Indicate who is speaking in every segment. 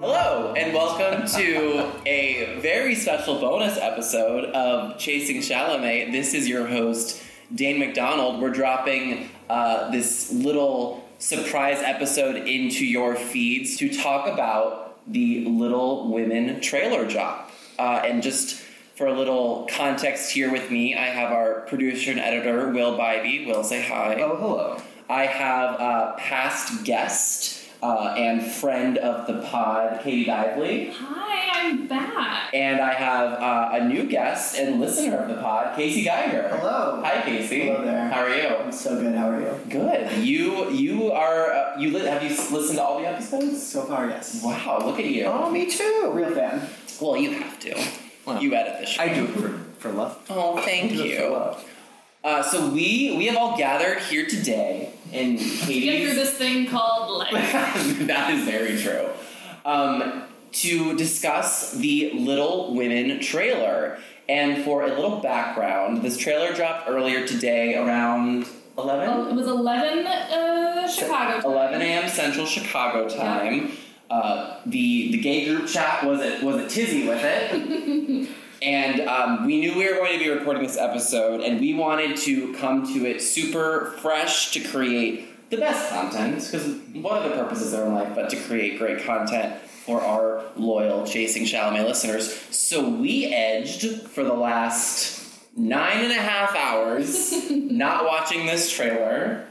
Speaker 1: Hello, and welcome to a very special bonus episode of Chasing Chalamet. This is your host, Dane McDonald. We're dropping uh, this little surprise episode into your feeds to talk about the Little Women trailer drop. Uh, and just for a little context here with me, I have our producer and editor, Will Bybee. Will, say hi.
Speaker 2: Oh, hello.
Speaker 1: I have uh, past guest uh, and friend of the pod, Katie Dively.
Speaker 3: Hi, I'm back.
Speaker 1: And I have uh, a new guest and listener of the pod, Casey Geiger.
Speaker 2: Hello.
Speaker 1: Hi, Casey.
Speaker 2: Hello there.
Speaker 1: How are you?
Speaker 2: I'm so good. How are you?
Speaker 1: Good. You you are uh, you li- have you s- listened to all the episodes?
Speaker 2: So far, yes.
Speaker 1: Wow, look at you.
Speaker 2: Oh, me too. Real fan.
Speaker 1: Well, you have to.
Speaker 2: Well,
Speaker 1: you edit the show.
Speaker 2: do it for, for love.
Speaker 1: oh, thank
Speaker 2: Do it for
Speaker 1: you.
Speaker 2: love.
Speaker 1: Uh, so we we have all gathered here today, and Katie.
Speaker 3: Get through this thing called life.
Speaker 1: that is very true. Um, to discuss the Little Women trailer. And for a little background, this trailer dropped earlier today around 11?
Speaker 3: Well, it was 11 uh, Chicago. time.
Speaker 1: 11 a.m. Central Chicago time. Uh, the the gay group chat was it was a tizzy with it, and um, we knew we were going to be recording this episode, and we wanted to come to it super fresh to create the best content because what other purposes are in life but to create great content for our loyal chasing Chalamet listeners. So we edged for the last nine and a half hours not watching this trailer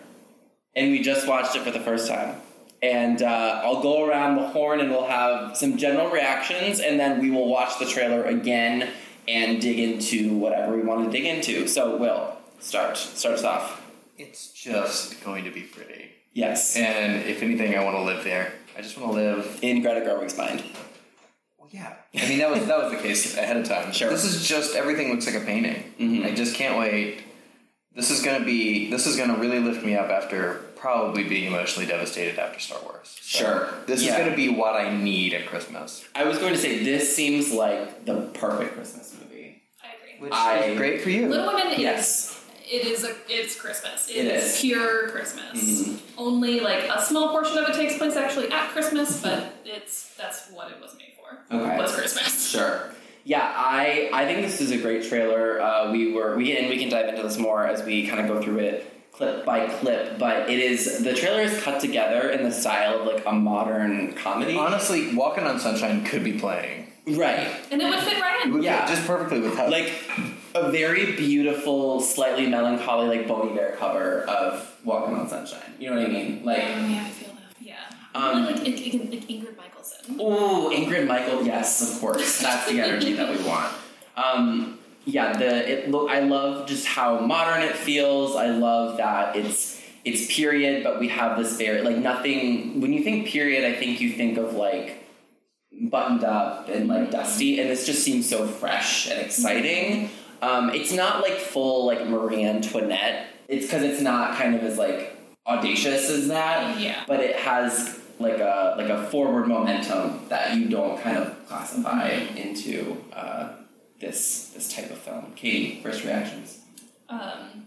Speaker 1: and we just watched it for the first time. And uh, I'll go around the horn and we'll have some general reactions, and then we will watch the trailer again and dig into whatever we want to dig into. So, Will, start. Start us off.
Speaker 4: It's just going to be pretty.
Speaker 1: Yes.
Speaker 4: And if anything, I want to live there. I just want to live.
Speaker 1: In Greta Gerwig's mind.
Speaker 4: Well, yeah. I mean, that was that was the case ahead of time.
Speaker 1: Sure. Mm-hmm.
Speaker 4: This is just everything looks like a painting. I just can't wait. This is gonna be. This is gonna really lift me up after probably being emotionally devastated after Star Wars. So
Speaker 1: Sure.
Speaker 4: This
Speaker 1: Yeah.
Speaker 4: is gonna be what I need at Christmas,
Speaker 1: I was going to say, this seems like the perfect Christmas movie.
Speaker 3: I agree.
Speaker 4: which
Speaker 1: I-
Speaker 4: is great for you.
Speaker 3: Little Women
Speaker 1: Yes.
Speaker 3: is it is a, it's Christmas.
Speaker 1: It
Speaker 3: is,
Speaker 1: is. Mm-hmm.
Speaker 3: pure Christmas. Only like a small portion of it takes place actually at Christmas, but it's that's what it was made for.
Speaker 1: Okay.
Speaker 3: Was Christmas.
Speaker 1: Sure. Yeah, I I think this is a great trailer. Uh, we were we and we can dive into this more as we kind of go through it clip by clip. But it is the trailer is cut together in the style of like a modern comedy.
Speaker 4: Honestly, Walking on Sunshine could be playing.
Speaker 1: Right.
Speaker 3: And it would fit right
Speaker 4: It
Speaker 3: in.
Speaker 4: would fit
Speaker 1: Yeah.
Speaker 4: Just perfectly with how.
Speaker 1: Like a very beautiful, slightly melancholy, like Boney Bear cover of Walking on Sunshine. You know what I mean? Like.
Speaker 3: yeah, I feel that. Yeah.
Speaker 1: Um,
Speaker 3: Really, like, like, like, like Ingrid Michaelson.
Speaker 1: Oh, Ingrid Michael, yes, of course. That's the energy that we want. Um, yeah, the it look. I love just how modern it feels. I love that it's it's period, but we have this very like nothing. When you think period, I think you think of like buttoned up and like dusty, and this just seems so fresh and exciting. Um, it's not like full like Marie Antoinette. It's because it's not kind of as like audacious as that
Speaker 3: Yeah.
Speaker 1: but it has like a like a forward momentum that you don't kind of classify
Speaker 3: Mm-hmm.
Speaker 1: into uh, this this type of film. Katie, first reactions.
Speaker 3: Um,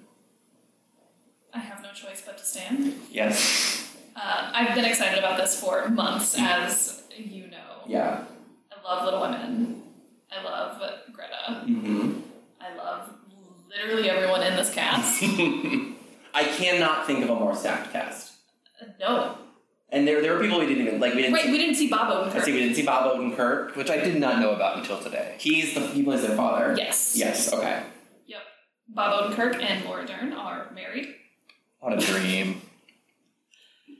Speaker 3: I have no choice but to stand.
Speaker 1: Yes.
Speaker 3: Um, I've been excited about this for months, as you know.
Speaker 1: Yeah.
Speaker 3: I love Little Women. I love Greta.
Speaker 1: hmm
Speaker 3: I love literally everyone in this cast.
Speaker 1: I cannot think of a more stacked cast.
Speaker 3: no,
Speaker 1: And there there were people we didn't even like. We didn't.
Speaker 3: right? We didn't see Bob
Speaker 1: see, I see.
Speaker 3: Odenkirk.
Speaker 1: We didn't see Bob Odenkirk.
Speaker 4: which I did not know about until today.
Speaker 1: He's the he plays their father.
Speaker 3: Yes.
Speaker 1: Yes. Okay.
Speaker 3: Bob Odenkirk and Laura Dern are married.
Speaker 4: What a dream.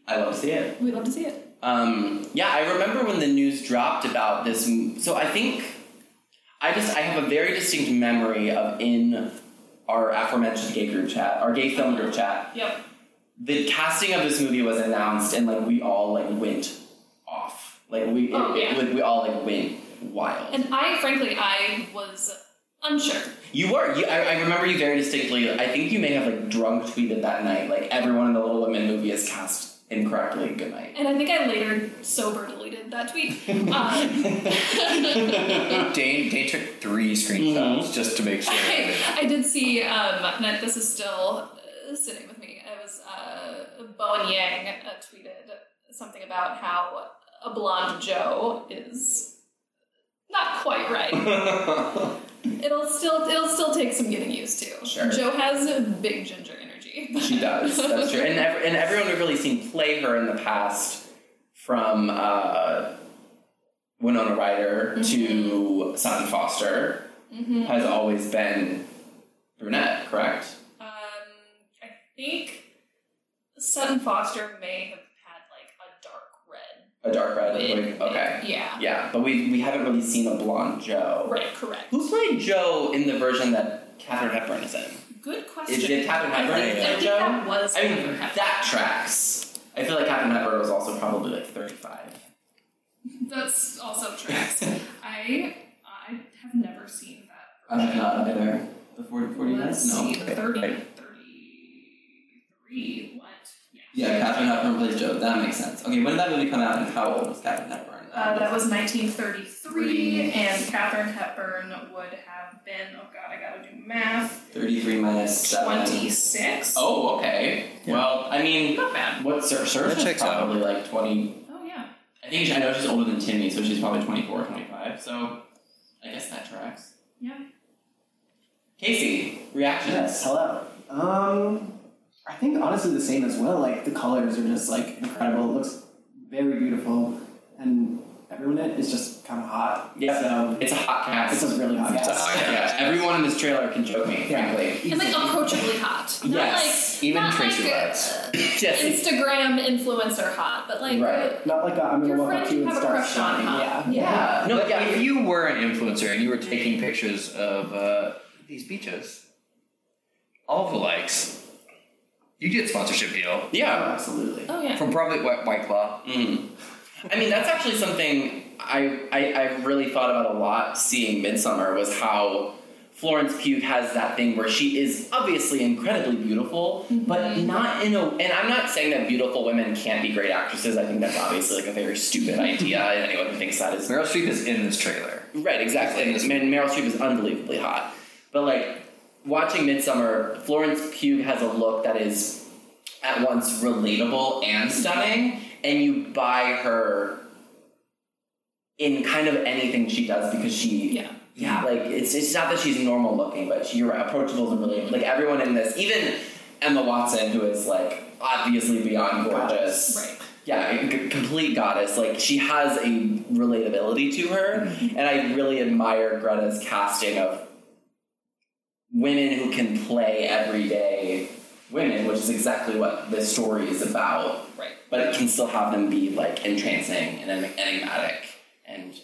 Speaker 1: I love to see it.
Speaker 3: We love to see it.
Speaker 1: Um, yeah, I remember when the news dropped about this. m- So I think I just I have a very distinct memory of in our aforementioned gay group chat, our gay film group chat.
Speaker 3: Yep.
Speaker 1: The casting of this movie was announced, and like we all like went off. Like we it-
Speaker 3: Oh, yeah.
Speaker 1: it- we all like went wild.
Speaker 3: And I, frankly, I was unsure.
Speaker 1: You were. You, I, I remember you very distinctly. I think you may have like drunk tweeted that night. Like everyone in the Little Women movie is cast incorrectly. Good night.
Speaker 3: And I think I later sober deleted that tweet. Um,
Speaker 4: Dane, Dane took three screenshots just to make sure.
Speaker 3: I, I did see um, that this is still uh, sitting with me. It was uh, Bowen Yang uh, tweeted something about how a blonde Joe is not quite right. it'll still it'll still take some getting used to.
Speaker 1: Sure.
Speaker 3: Joe has a big ginger energy.
Speaker 1: she does. That's true. And, ev- and everyone we've really seen play her in the past, from uh, Winona Ryder
Speaker 3: Mm-hmm.
Speaker 1: to Sutton Foster,
Speaker 3: Mhm.
Speaker 1: has always been brunette, correct?
Speaker 3: Um, I think Sutton Foster may have had like a dark red.
Speaker 1: A dark red.
Speaker 3: wig.
Speaker 1: wig. Okay.
Speaker 3: Yeah.
Speaker 1: Yeah, but we we haven't really seen a blonde Joe.
Speaker 3: Right. Correct.
Speaker 1: Who played Joe in the version that Catherine Hepburn is in?
Speaker 3: Good question.
Speaker 1: Is it Catherine
Speaker 3: I
Speaker 1: Hepburn?
Speaker 3: think, I
Speaker 1: in
Speaker 3: think
Speaker 1: Joe?
Speaker 3: that was.
Speaker 1: I mean,
Speaker 3: Catherine Hepburn.
Speaker 1: that tracks. I feel like Catherine Hepburn was also probably like 35.
Speaker 3: That's also tracks. I I have never seen that.
Speaker 1: I'm not either. The 40, 40
Speaker 3: Let's
Speaker 1: No.
Speaker 3: see,
Speaker 1: Okay.
Speaker 3: 30,
Speaker 1: Right.
Speaker 3: 33, What? Yeah.
Speaker 1: Yeah, Catherine Hepburn plays Joe. That makes sense. Okay, when did that movie come out and how old was Catherine Hepburn?
Speaker 3: Uh, that was 1933,
Speaker 1: Three.
Speaker 3: and Catherine Hepburn would have been, oh god, I gotta do math,
Speaker 1: 33 minus 7.
Speaker 3: 26.
Speaker 1: Oh, okay.
Speaker 2: Yeah.
Speaker 1: Well, I mean,
Speaker 3: Not bad.
Speaker 1: what Sir
Speaker 4: That
Speaker 1: Serge is
Speaker 4: checks out.
Speaker 1: probably like 20.
Speaker 3: Oh, yeah.
Speaker 1: I think she, I know she's older than Timmy, so she's probably 24 25. So I guess that tracks.
Speaker 3: Yeah.
Speaker 1: Casey, reaction.
Speaker 2: Yes, hello. Um, I think honestly the same as well. Like the colors are just like incredible. It looks very beautiful, and everyone in it is just kind of hot.
Speaker 1: Yeah.
Speaker 2: So
Speaker 1: It's a hot cast.
Speaker 2: it's a really hot
Speaker 4: It's a
Speaker 2: cast.
Speaker 4: hot
Speaker 1: yeah, everyone in this trailer can joke me,
Speaker 2: Yeah.
Speaker 1: frankly.
Speaker 3: And like approachably hot. Not
Speaker 1: Yes,
Speaker 3: like,
Speaker 4: even
Speaker 3: not
Speaker 4: Tracy
Speaker 3: like,
Speaker 4: Letts.
Speaker 3: uh,
Speaker 1: Yes.
Speaker 3: Instagram influencer hot, but like.
Speaker 1: Right.
Speaker 2: Not like a, I'm gonna
Speaker 3: Your
Speaker 2: walk up
Speaker 3: friend
Speaker 2: to you
Speaker 3: you
Speaker 2: and
Speaker 3: have a
Speaker 2: start
Speaker 3: crush on,
Speaker 2: shouting.
Speaker 3: huh?
Speaker 2: Yeah.
Speaker 1: Yeah. No,
Speaker 4: But
Speaker 1: yeah.
Speaker 4: if you were an influencer and you were taking pictures of uh, these beaches, all the likes, you get a sponsorship deal
Speaker 2: Oh,
Speaker 1: Yeah.
Speaker 2: absolutely.
Speaker 3: Oh, yeah.
Speaker 4: from probably White, White Claw.
Speaker 1: Mm. I mean, that's actually something I, I I really thought about a lot seeing Midsummer was how Florence Pugh has that thing where she is obviously incredibly beautiful, but not in a. And I'm not saying that beautiful women can't be great actresses. I think that's obviously like a very stupid idea, and anyone who thinks that is
Speaker 4: Meryl Streep is in this trailer.
Speaker 1: Right, exactly. And Meryl Streep is unbelievably hot. But like watching Midsummer, Florence Pugh has a look that is at once relatable and stunning, and you buy her in kind of anything she does because she
Speaker 3: Yeah.
Speaker 1: yeah, like it's it's not that she's normal looking, but she- you're right, approachable and really like everyone in this, even Emma Watson, who is like obviously beyond gorgeous,
Speaker 3: Right.
Speaker 1: yeah, c- complete goddess. Like she has a relatability to her, and I really admire Greta's casting of women who can play everyday women, which is exactly what this story is about.
Speaker 3: Right.
Speaker 1: But it can still have them be like entrancing and en- enigmatic and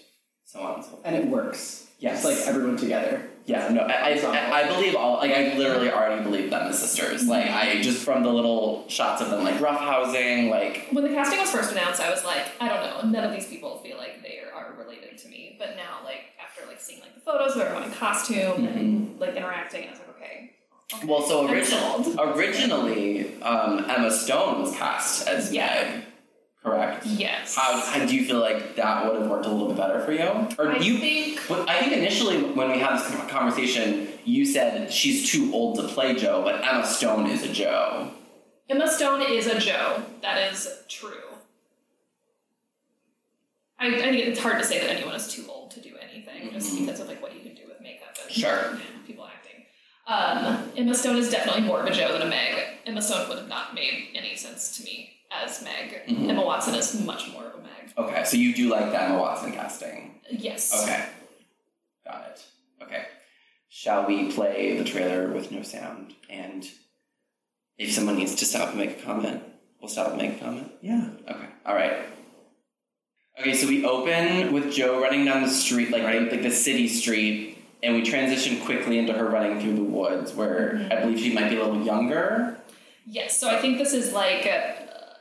Speaker 1: so on and so forth.
Speaker 2: And it works.
Speaker 1: Yes.
Speaker 2: It's like everyone together.
Speaker 1: Yeah, no, I, I, I believe all, like, I literally already believe them as sisters. Like, I just from the little shots of them, like, roughhousing, like,
Speaker 3: When the casting was first announced, I was like, I don't know, none of these people feel like they are related to me. But now, like after like seeing like the photos of everyone in costume
Speaker 1: Mm-hmm.
Speaker 3: and like interacting, I was like, okay. okay.
Speaker 1: well, so
Speaker 3: I'm
Speaker 1: original,
Speaker 3: sold.
Speaker 1: originally, um, Emma Stone was cast as
Speaker 3: Yeah.
Speaker 1: Meg, correct?
Speaker 3: Yes.
Speaker 1: How, how do you feel like that would have worked a little bit better for you? Or
Speaker 3: I
Speaker 1: you,
Speaker 3: think
Speaker 1: but I think initially when we had this con- conversation, you said she's too old to play Joe, but Emma Stone is a Joe.
Speaker 3: Emma Stone is a Joe. That is true. I, I think it's hard to say that anyone is too old to do anything just
Speaker 1: Mhm.
Speaker 3: because of like what you can do with makeup and
Speaker 1: Sure.
Speaker 3: people acting. Um, Emma Stone is definitely more of a Joe than a Meg. Emma Stone would have not made any sense to me as Meg.
Speaker 1: Mhm.
Speaker 3: Emma Watson is much more of a Meg.
Speaker 1: Okay, so you do like the Emma Watson casting.
Speaker 3: Yes.
Speaker 1: Okay. Got it. Okay. Shall we play the trailer with no sound? And if someone needs to stop and make a comment, we'll stop and make a comment?
Speaker 2: Yeah.
Speaker 1: Okay. All right. Okay, so we open with Joe running down the street, like,
Speaker 4: Right.
Speaker 1: like the city street, and we transition quickly into her running through the woods, where I believe she might be a little younger.
Speaker 3: Yes. So I think this is like a,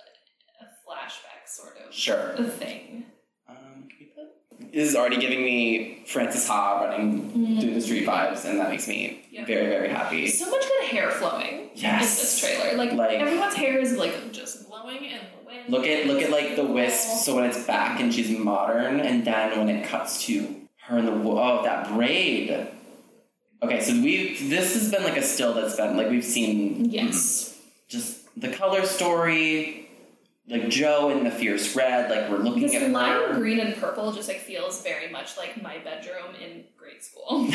Speaker 3: a flashback sort of
Speaker 1: Sure.
Speaker 3: a thing.
Speaker 1: Um, can we put- this is already giving me Francis Ha running through the street vibes, and that makes me
Speaker 3: Yeah.
Speaker 1: very, very happy.
Speaker 3: So much good hair flowing.
Speaker 1: Yes.
Speaker 3: in this trailer. Like,
Speaker 1: Like-
Speaker 3: everyone's hair is like just blowing in the wind.
Speaker 1: Look at look at like the wisps. So when it's back and she's modern, and then when it cuts to her in the wo- oh that braid. Okay, so we this has been like a Mm-hmm. still that's been like we've seen
Speaker 3: Yes.
Speaker 1: just the color story, like Joe in the fierce red, like we're looking
Speaker 3: This
Speaker 1: at
Speaker 3: lime
Speaker 1: her.
Speaker 3: green and purple just like feels very much like my bedroom in grade school.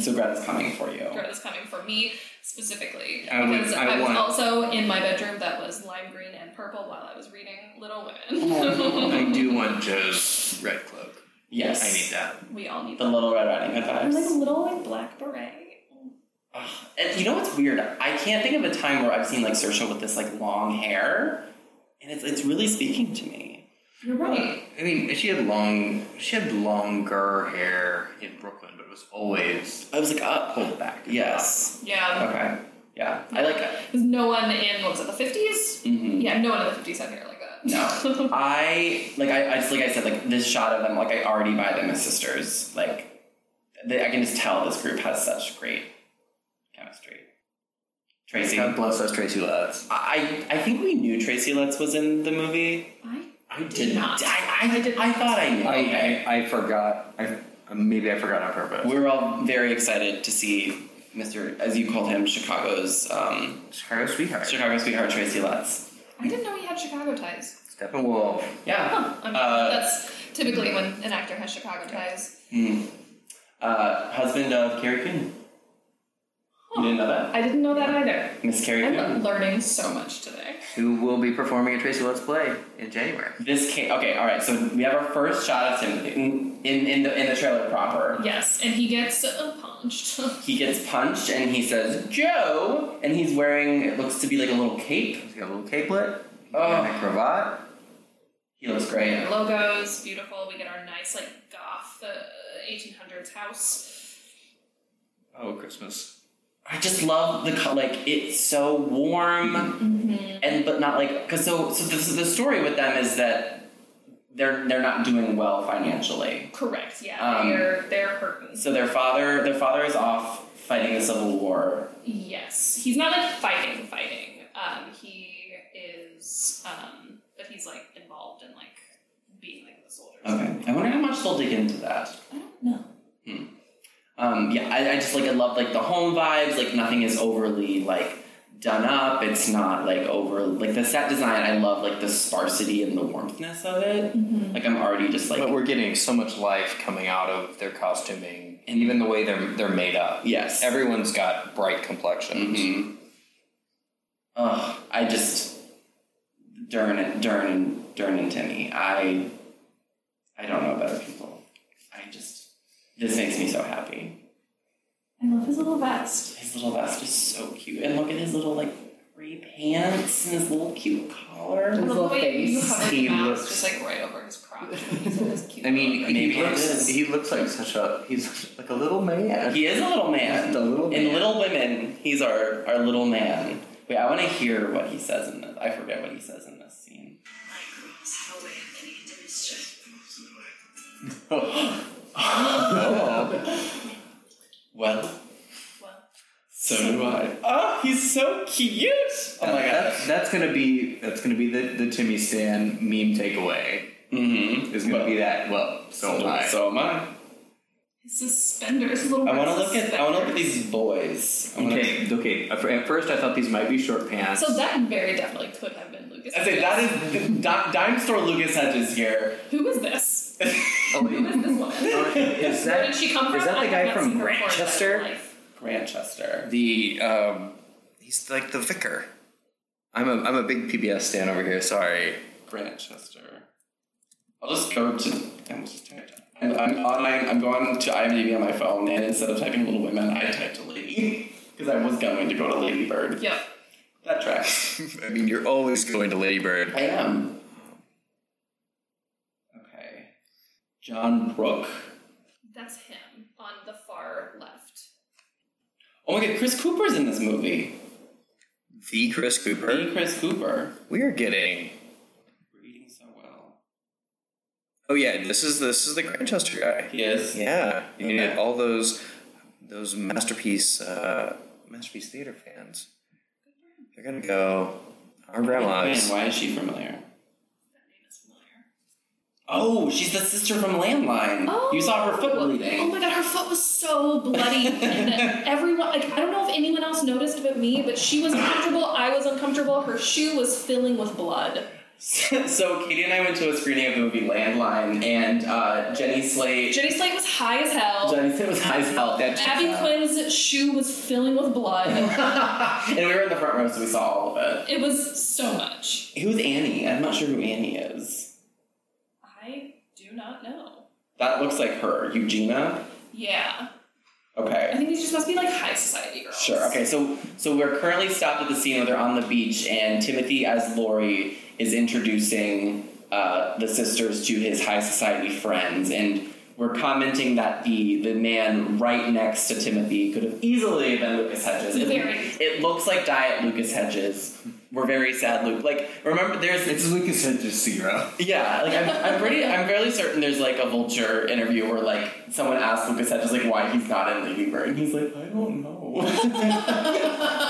Speaker 1: So Greta's coming for you.
Speaker 3: Greta's coming for me specifically
Speaker 1: I would-
Speaker 3: because
Speaker 1: I
Speaker 3: was
Speaker 1: want-
Speaker 3: also in my bedroom that was lime green and purple while I was reading Little
Speaker 1: Oh,
Speaker 3: Women.
Speaker 4: I do want Joe's red cloak.
Speaker 1: Yes,
Speaker 4: I need that.
Speaker 3: we all need
Speaker 1: the
Speaker 3: that.
Speaker 1: Little Red Riding Hood
Speaker 3: And like a
Speaker 1: vibes.
Speaker 3: little like black beret.
Speaker 1: Ugh. And you know what's weird? I can't think of a time where I've seen like Saoirse with this like long hair, and it's it's really speaking to me.
Speaker 3: You're right.
Speaker 4: I mean, she had long, she had longer hair in Brooklyn, but it was always
Speaker 1: I was like, uh,
Speaker 4: pulled back.
Speaker 1: yes,
Speaker 3: Yeah.
Speaker 1: okay, yeah, I like uh, it.
Speaker 3: Because no one in what was it, the fifties?
Speaker 1: Mhm.
Speaker 3: Yeah, no one in the fifties had hair like that.
Speaker 1: No. I like I, I just like I said like this shot of them like I already buy them as sisters like they, I can just tell this group has such great chemistry. Tracy,
Speaker 4: God
Speaker 1: I
Speaker 4: bless those Tracy Letts.
Speaker 1: I I think we knew Tracy Letts was in the movie.
Speaker 3: I
Speaker 1: I
Speaker 3: did not.
Speaker 1: I I, I, thought I knew.
Speaker 4: I, I, I forgot. I uh, maybe I forgot on purpose.
Speaker 1: We were all very excited to see Mr. as you called him Chicago's um,
Speaker 4: Chicago sweetheart.
Speaker 1: Chicago sweetheart Tracy Letts.
Speaker 3: I didn't know he had Chicago ties.
Speaker 4: Steppenwolf.
Speaker 1: Yeah.
Speaker 3: Huh. I mean,
Speaker 1: Uh,
Speaker 3: that's typically when an actor has Chicago ties.
Speaker 1: Mm. Uh, husband of Carrie Coon. You didn't know that?
Speaker 3: I didn't know that either.
Speaker 1: Miss Carrie Coon.
Speaker 3: I'm learning so much today.
Speaker 4: who will be performing a Tracy Letts play in January.
Speaker 1: This came okay. All right, so we have our first shot of him in in, in the in the trailer proper.
Speaker 3: Yes, and he gets uh, punched.
Speaker 1: He gets punched and he says Joe, and he's wearing it looks to be like a little cape.
Speaker 4: He's got a little capelet,
Speaker 1: Oh.
Speaker 4: and a cravat.
Speaker 1: He looks great.
Speaker 3: Logos, beautiful. We get our nice like goth uh, 1800s house.
Speaker 4: Oh, Christmas.
Speaker 1: I just love the co- like it's so warm and but not like because so so this is the story with them is that they're they're not doing well financially.
Speaker 3: Correct. Yeah,
Speaker 1: Um,
Speaker 3: they're they're hurting.
Speaker 1: So their father their father is off fighting the civil war.
Speaker 3: Yes, he's not like fighting, fighting. Um, he is, um, but he's like involved in like being like the soldiers.
Speaker 1: Okay, I wonder how much they'll dig into that.
Speaker 3: I don't know.
Speaker 1: um, yeah, I, I just like I love like the home vibes. Like nothing is overly like done up. It's not like over like the set design. I love like the sparsity and the warmthness of it. Like I'm already just like
Speaker 4: But we're getting so much life coming out of their costuming and even the way they're they're made up.
Speaker 1: yes.
Speaker 4: Everyone's got bright complexions.
Speaker 1: Mhm. Ugh, I just Dern and Dern and Dern and Timmy. I I don't know better people. I just this makes me so happy.
Speaker 3: I love his little vest.
Speaker 1: His little vest is so cute, and look at his little like gray pants and his little cute collar.
Speaker 3: I
Speaker 2: His
Speaker 3: love
Speaker 2: little
Speaker 3: the way you
Speaker 2: face.
Speaker 3: covered
Speaker 4: He
Speaker 3: the mask
Speaker 4: looks-
Speaker 3: just like right over his crotch. He's in this cute
Speaker 4: I mean,
Speaker 1: Maybe
Speaker 4: he
Speaker 1: it
Speaker 4: looks
Speaker 1: is.
Speaker 4: he looks like such a he's like a little man.
Speaker 1: He is a little man.
Speaker 4: He's a little
Speaker 1: In
Speaker 4: man.
Speaker 1: Little Women, he's our, our little man. Wait, I want to hear what he says in this. I forget what he says in this scene.
Speaker 4: Oh.
Speaker 1: Well,
Speaker 3: Well,
Speaker 1: so do I. Oh, he's so cute! Oh my god.
Speaker 4: That's, that's gonna be that's gonna be the, the Timmy Stan meme takeaway.
Speaker 1: Mm-hmm.
Speaker 4: Is gonna be that. Well, so, am I.
Speaker 1: So am I.
Speaker 3: his suspenders. His little
Speaker 1: I
Speaker 3: red
Speaker 1: want to look at I want to look at
Speaker 3: suspenders.
Speaker 1: these boys. I wanna-
Speaker 4: okay, okay. At fir- At first, I thought these might be short pants.
Speaker 3: So that very definitely could have been Lucas.
Speaker 1: I say that is Di- dime store Lucas Hedges here.
Speaker 3: Who is this?
Speaker 4: Oh,
Speaker 3: Who is this woman?
Speaker 4: is
Speaker 3: Where did she come from?
Speaker 4: is that
Speaker 3: I
Speaker 4: the
Speaker 3: have
Speaker 4: guy
Speaker 3: not
Speaker 4: from
Speaker 3: seen her before in my
Speaker 4: Grantchester?
Speaker 3: life.
Speaker 1: Grantchester.
Speaker 4: the um, he's like the vicar. I'm a I'm a big PBS stan over here. Sorry.
Speaker 1: Grantchester. I'll just go to. I'm just type it down. I'm, I'm on my. I'm going to IMDb on my phone, and instead of typing Little Women, I typed a lady because I was going to go to Lady Bird.
Speaker 3: Yep.
Speaker 1: That tracks.
Speaker 4: I mean, you're always going to Ladybird.
Speaker 1: I am. Okay. John Brooke.
Speaker 3: That's him on the far left.
Speaker 1: Oh my God, Chris Cooper's in this movie.
Speaker 4: The Chris
Speaker 1: Hey,
Speaker 4: Cooper.
Speaker 1: Chris Cooper.
Speaker 4: We are getting.
Speaker 1: We're eating so well.
Speaker 4: Oh yeah, this is this is the Grantchester guy.
Speaker 1: He is.
Speaker 4: Yeah, you
Speaker 1: Okay.
Speaker 4: need all those those masterpiece uh, masterpiece theater fans. They're gonna go. Our
Speaker 1: Man,
Speaker 4: grandmas.
Speaker 1: why is she familiar?
Speaker 3: That name is familiar.
Speaker 1: Oh, she's the sister from Landline.
Speaker 3: Oh.
Speaker 1: You saw her foot bleeding.
Speaker 3: Oh my god, her foot was so bloody. and everyone, like, I don't know if anyone else noticed but me, but she was uncomfortable. I was uncomfortable. Her shoe was filling with blood.
Speaker 1: so Katie and I went to a screening of the movie Landline, and uh, Jenny Slate.
Speaker 3: Jenny Slate was high as hell.
Speaker 1: Jenny Slate was high as hell. That
Speaker 3: Abby Quinn's shoe was filling with blood.
Speaker 1: and we were in the front row, so we saw all of
Speaker 3: it was so much.
Speaker 1: it. Who's Annie? I'm not sure who Annie is.
Speaker 3: I do not know.
Speaker 1: That looks like her. Eugenia?
Speaker 3: Yeah. I
Speaker 1: Okay.
Speaker 3: think these just must be like high society girls.
Speaker 1: Sure. Okay, so so we're currently stopped at the scene where they're on the beach, and Timothy, as Lori, is introducing uh, the sisters to his high society friends, and we're commenting that the the man right next to Timothy could have easily been Lucas Hedges. It,
Speaker 3: Very.
Speaker 1: it looks like diet Lucas Hedges. We're very sad, Luke. Like remember, there's
Speaker 5: It's Lucas Hedges Zero.
Speaker 1: Yeah, like I'm, I'm pretty, I'm fairly certain there's like a vulture interview where like someone asks Lucas Hedges like why he's not in Lady Bird, and he's like, I don't know.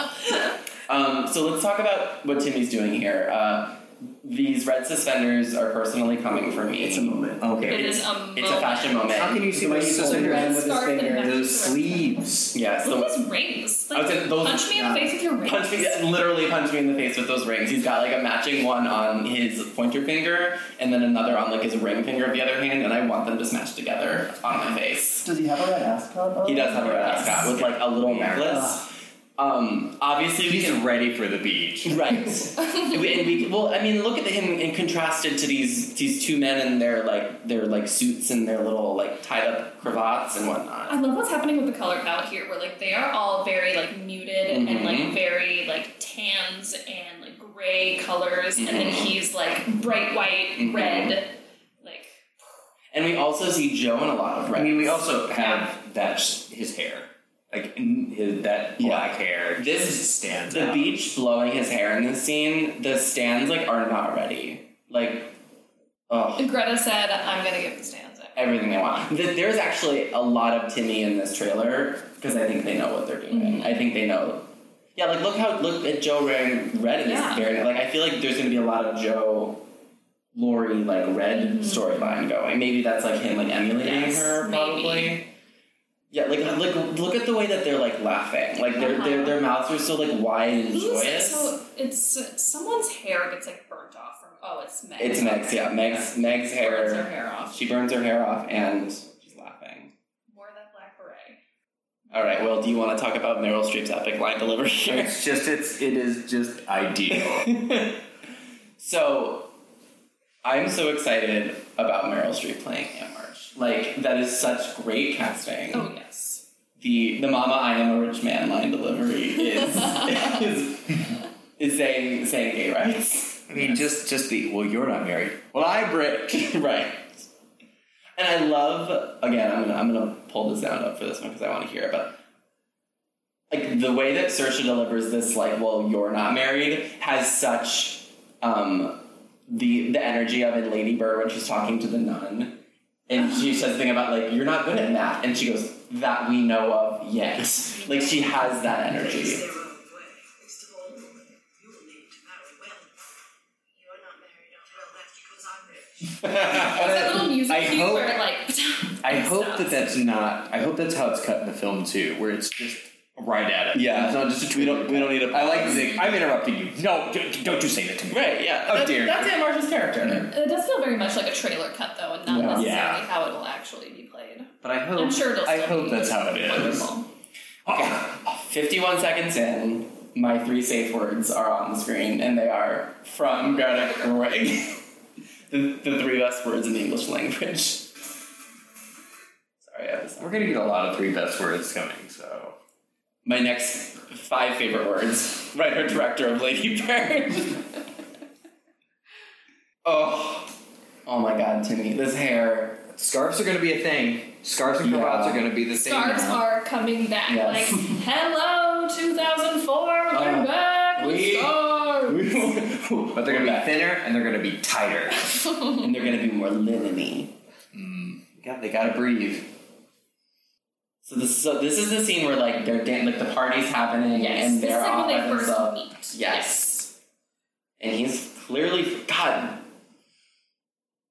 Speaker 1: um, so let's talk about what Timmy's doing here. Uh, these red suspenders are personally coming for me.
Speaker 2: It's a moment.
Speaker 3: It
Speaker 5: Okay.
Speaker 3: is a
Speaker 1: It's a fashion moment.
Speaker 5: How can you see my
Speaker 2: It's a
Speaker 5: sister
Speaker 2: moment.
Speaker 5: had
Speaker 2: with his
Speaker 3: Scarf and
Speaker 2: finger.
Speaker 5: those sleeves?
Speaker 1: Yes,
Speaker 3: Look at
Speaker 1: the
Speaker 3: his rings.
Speaker 1: I
Speaker 3: Like,
Speaker 1: was in- those-
Speaker 3: punch me in the
Speaker 2: yeah.
Speaker 3: face with your rings.
Speaker 1: punch me, literally punch me in the face with those rings. He's got like a matching one on his pointer finger, and then another on like his ring finger of the other hand, and I want them to smash together on my face.
Speaker 2: Does he have a red ascot? on?
Speaker 1: He does have a red ascot with like a little necklace. Um, obviously we
Speaker 5: He's
Speaker 1: can
Speaker 5: ready for the beach.
Speaker 1: right. we, and we, well, I mean, look at him in contrasted to these these two men and their like their like suits and their little like tied up cravats and whatnot.
Speaker 3: I love what's happening with the color palette here, where like they are all very like muted and
Speaker 1: Mhm.
Speaker 5: Mm-hmm.
Speaker 3: like very like tans and like gray colors, and then
Speaker 5: Mm-hmm.
Speaker 3: he's like bright white,
Speaker 1: Mhm.
Speaker 3: red, like
Speaker 1: And we also see Joe in a lot of red.
Speaker 5: I mean, we also have that his hair, like n- his, that
Speaker 1: Yeah.
Speaker 5: black hair.
Speaker 1: This-
Speaker 5: just stands
Speaker 1: the
Speaker 5: out.
Speaker 1: beach blowing his hair in this scene. The stands like are not ready. Like, oh.
Speaker 3: Greta said, "I'm gonna give the stands." up."
Speaker 1: everything they want. Th- There's actually a lot of Timmy in this trailer because I think they know what they're doing.
Speaker 3: Mm-hmm.
Speaker 1: I think they know. Yeah, like look how look at Joe wearing red in this
Speaker 3: Yeah.
Speaker 1: very like I feel like there's gonna be a lot of Joe Lori like red storyline going. Maybe that's like him like emulating
Speaker 3: Mm-hmm. Yes,
Speaker 1: her
Speaker 3: maybe.
Speaker 1: probably. Yeah, like like look at the way that they're like laughing. Like their their,
Speaker 3: Uh-huh.
Speaker 1: their mouths are so like wide and
Speaker 3: Who's-
Speaker 1: joyous.
Speaker 3: So it's someone's hair gets like burnt off from. Oh, it's Meg.
Speaker 1: it's Meg's, yeah, Meg's Meg's
Speaker 3: She burns her
Speaker 1: hair.
Speaker 3: hair off.
Speaker 1: She burns her hair off and she's laughing.
Speaker 3: Wore that black beret.
Speaker 1: All right. Well, do you want to talk about Meryl Streep's epic line delivery? here?
Speaker 5: It's just it's it is just ideal.
Speaker 1: so, I'm so excited about Meryl Streep playing Aunt March. Like that is such great casting.
Speaker 3: Oh yes.
Speaker 1: The the "Mama, I am a rich man" line delivery is is, is saying saying gay rights,
Speaker 5: I mean, just just the well, you're not married.
Speaker 1: Well, I break right. And I love again. I'm gonna I'm gonna pull the sound up for this one because I want to hear it. But like the way that Saoirse delivers this, like, "Well, you're not married," has such um, the the energy of in Lady Bird when she's talking to the nun, and she says the thing about like, "You're not good at math," and she goes, "That we know of yet." like she has that energy.
Speaker 6: Least of all woman, you will need to marry well. You are not married after all that because I'm rich.
Speaker 3: That little music
Speaker 5: I
Speaker 3: cue
Speaker 5: hope-
Speaker 3: where like.
Speaker 5: I hope
Speaker 3: Stuff.
Speaker 5: that that's not. I hope that's how it's cut in the film too, where it's just right at it.
Speaker 1: Yeah.
Speaker 5: it's not just a
Speaker 1: We
Speaker 5: tweet.
Speaker 1: don't we don't need a.
Speaker 5: I like the. I'm interrupting you. No, don't, don't you say that to me.
Speaker 1: right. Yeah.
Speaker 5: Oh,
Speaker 1: That-
Speaker 5: dear.
Speaker 1: That's Aunt March's character.
Speaker 3: It does feel very much like a trailer cut, though, and not
Speaker 1: Yeah.
Speaker 3: necessarily
Speaker 5: Yeah.
Speaker 3: how it will actually be played.
Speaker 5: But I hope.
Speaker 3: I'm sure it'll.
Speaker 5: I
Speaker 3: still
Speaker 5: hope
Speaker 3: be
Speaker 5: that's how it is.
Speaker 3: Wonderful.
Speaker 1: Okay. 51 seconds in, my three safe words are on the screen, and they are from Greta Gerwig. the, the three best words in the English language. Sorry, I was.
Speaker 5: We're gonna get a lot of three best words coming. So
Speaker 1: My next five favorite words writer director of Lady Bird. oh. Oh my god, Timmy, this hair.
Speaker 5: scarves are gonna be a thing. Scarves and
Speaker 1: Yeah.
Speaker 5: cravats are gonna be the thing.
Speaker 3: Scarves
Speaker 5: now.
Speaker 3: are coming back.
Speaker 1: Yes.
Speaker 3: Like, hello, 2004, we're
Speaker 5: Oh,
Speaker 1: Uh,
Speaker 3: back.
Speaker 1: we-
Speaker 3: with scarves.
Speaker 5: but
Speaker 1: but
Speaker 5: they're gonna be thinner and they're gonna be tighter.
Speaker 1: and they're gonna be more linen
Speaker 5: God, they gotta breathe.
Speaker 1: So this, so this is the scene where like they're dan- like the party's happening
Speaker 3: Yes,
Speaker 1: and
Speaker 3: this
Speaker 1: they're
Speaker 3: is like
Speaker 1: all
Speaker 3: when
Speaker 1: by
Speaker 3: they first
Speaker 1: themselves.
Speaker 3: meet.
Speaker 1: Yes. and he's clearly God.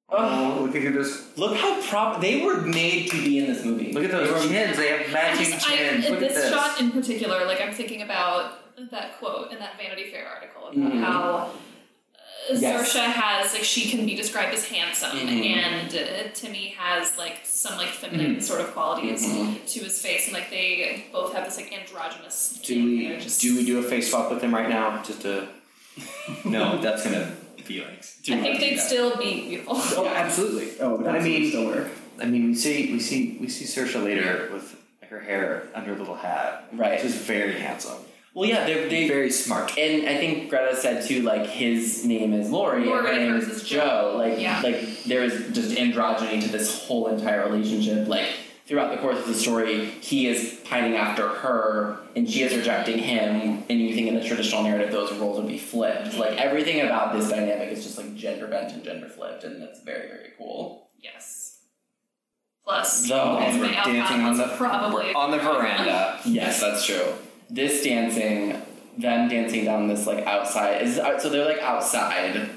Speaker 1: Oh,
Speaker 4: look at who just
Speaker 1: look how prop they were made to be in this movie.
Speaker 4: look at those
Speaker 1: They were-
Speaker 4: chins. They have
Speaker 3: I
Speaker 4: matching
Speaker 3: just, I,
Speaker 4: chins.
Speaker 3: in
Speaker 4: look
Speaker 3: this,
Speaker 4: at this.
Speaker 3: shot in particular, like I'm thinking about that quote in that Vanity Fair article about
Speaker 1: Mhm.
Speaker 3: how uh,
Speaker 1: Yes.
Speaker 3: Saoirse has like she can be described as handsome,
Speaker 1: Mhm.
Speaker 3: and uh, Timmy has like some like feminine sort of qualities to his face, and like they both have this like androgynous.
Speaker 5: Do
Speaker 3: thing,
Speaker 5: we
Speaker 3: and they're just,
Speaker 5: do we do a face swap with him right now? Just to no, that's gonna be like.
Speaker 1: Do
Speaker 3: I think
Speaker 1: that.
Speaker 3: they'd still be beautiful.
Speaker 2: Oh, absolutely. Oh,
Speaker 5: But I mean-
Speaker 2: still work.
Speaker 5: I mean, we see we see we see Saoirse later with her hair under a little hat.
Speaker 1: Right.
Speaker 5: She's very handsome.
Speaker 1: Well, yeah, they're, they
Speaker 5: very smart.
Speaker 1: And I think Greta said too, like his name is Lori, and her
Speaker 3: Lori,
Speaker 1: name
Speaker 3: hers
Speaker 1: is
Speaker 3: is
Speaker 1: Joe.
Speaker 3: Joe.
Speaker 1: Like,
Speaker 3: Yeah.
Speaker 1: like there is just androgyny to this whole entire relationship. Like throughout the course of the story, he is pining after her, and she is rejecting him. And you think in the traditional narrative, those roles would be flipped. Like everything about this dynamic is just like gender bent and gender flipped, and that's very very cool.
Speaker 3: Yes. Plus,
Speaker 1: The-
Speaker 3: as
Speaker 1: and
Speaker 3: my
Speaker 1: we're
Speaker 3: outcome
Speaker 5: dancing on
Speaker 3: was
Speaker 5: the
Speaker 3: probably
Speaker 5: on the veranda.
Speaker 1: Yes, that's true. This dancing, them dancing down this like outside is uh, so they're like outside,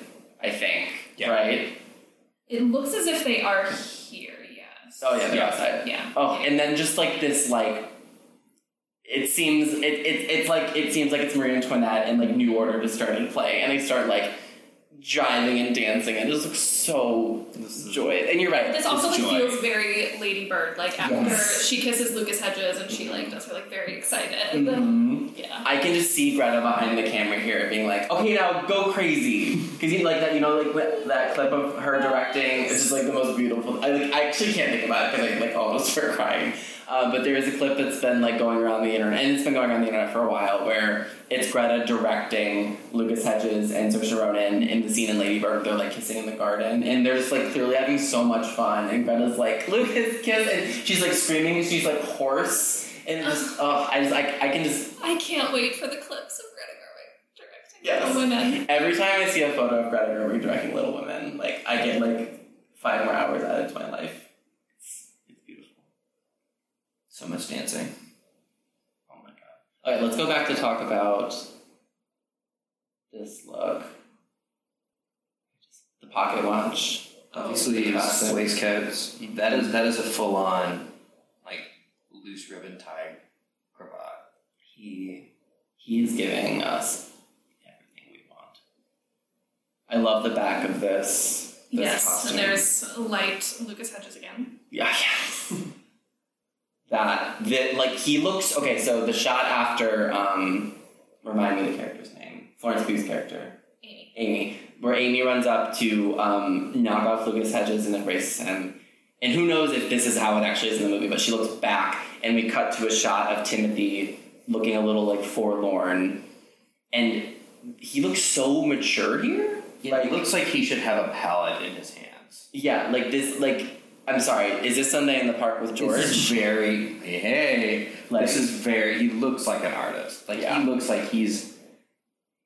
Speaker 1: I think.
Speaker 5: Yeah.
Speaker 1: Right.
Speaker 3: It looks as if they are here. Yes.
Speaker 1: Oh yeah, they're
Speaker 5: Yeah.
Speaker 1: outside.
Speaker 3: Yeah.
Speaker 1: Oh, and then just like this, like it seems it, it it's like it seems like it's Marie Antoinette and like New Order just started playing, and they start like jiving and dancing, and it just looks so joyous. And you're right.
Speaker 3: This also like,
Speaker 1: joy.
Speaker 3: feels very Ladybird. Like after
Speaker 1: Yes.
Speaker 3: she kisses Lucas Hedges and she like does her like very excited.
Speaker 1: Mhm.
Speaker 3: Yeah.
Speaker 1: I can just see Greta behind the camera here, being like, "Okay, now go crazy," because you like that, you know, like that- that clip of her directing. It's just like the most beautiful. I like, I actually can't think about it because I like almost start crying. Uh, but there is a clip that's been like going around the internet, and it's been going around the internet for a while, where it's Greta directing Lucas Hedges and Saoirse Ronan in the scene in Lady Bird. They're like kissing in the garden, and they're just like clearly having so much fun. And Greta's like, "Lucas, kiss!" and she's like screaming, and she's like hoarse. And it just, oh, I just, I, I can just
Speaker 3: I can't wait for the clips of Greta Gerwig directing
Speaker 1: Yes.
Speaker 3: Little Women.
Speaker 1: Every time I see a photo of Greta Gerwig directing Little Women, like I get like five more hours added to my life. It's, it's beautiful.
Speaker 4: So much dancing.
Speaker 1: Oh my god. All right, let's go back to talk about this look. The pocket watch. Oh,
Speaker 4: Obviously,
Speaker 1: Classic.
Speaker 4: waistcoats. That is that is a full on, like loose ribbon tie cravat.
Speaker 1: He he is giving us everything we want. I love the back of this. this
Speaker 3: yes.
Speaker 1: costume.
Speaker 3: And there's light Lucas Hedges again.
Speaker 1: Yeah, yes. that that like he looks okay. So the shot after um, remind me of the character's name, Florence Pugh's character,
Speaker 3: Amy.
Speaker 1: Amy, where Amy runs up to um, knock off Lucas Hedges and embraces him. And who knows if this is how it actually is in the movie? But she looks back, and we cut to a shot of Timothy looking a little like forlorn, and he looks so mature here.
Speaker 5: Yeah,
Speaker 1: like,
Speaker 5: it looks like he should have a palette in his hands.
Speaker 1: yeah, like this, like I'm sorry, is this Sunday in the Park with George?
Speaker 5: This is very hey.
Speaker 1: Like-
Speaker 5: this is very. He looks like an artist. Like
Speaker 1: Yeah.
Speaker 5: he looks like he's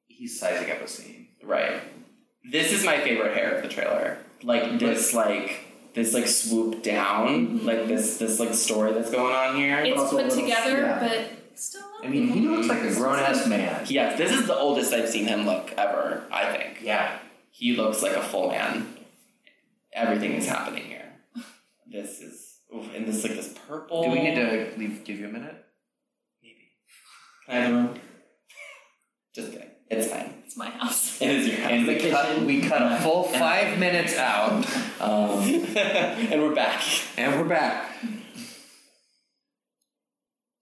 Speaker 5: he's sizing up a scene.
Speaker 1: Right. This is my favorite hair of the trailer. Like this, like this, like swoop down, like this, this like story that's going on here.
Speaker 3: It's
Speaker 2: also a
Speaker 3: put
Speaker 2: little-
Speaker 3: together,
Speaker 2: yeah.
Speaker 3: but still.
Speaker 5: I mean, he looks like a grown ass man.
Speaker 1: Yes, this is the oldest I've seen him look ever. I think
Speaker 5: Yeah,
Speaker 1: he looks like a full man. Everything is happening here. This is, oof, and this like this purple.
Speaker 5: Do we need to leave? Give you a minute.
Speaker 1: Maybe. Can I have the room? Just kidding. It's fine.
Speaker 3: it's my house.
Speaker 1: It is your house.
Speaker 5: And we cut, we cut a full
Speaker 1: Yeah.
Speaker 5: five minutes out, um,
Speaker 1: and we're back.
Speaker 5: and we're back.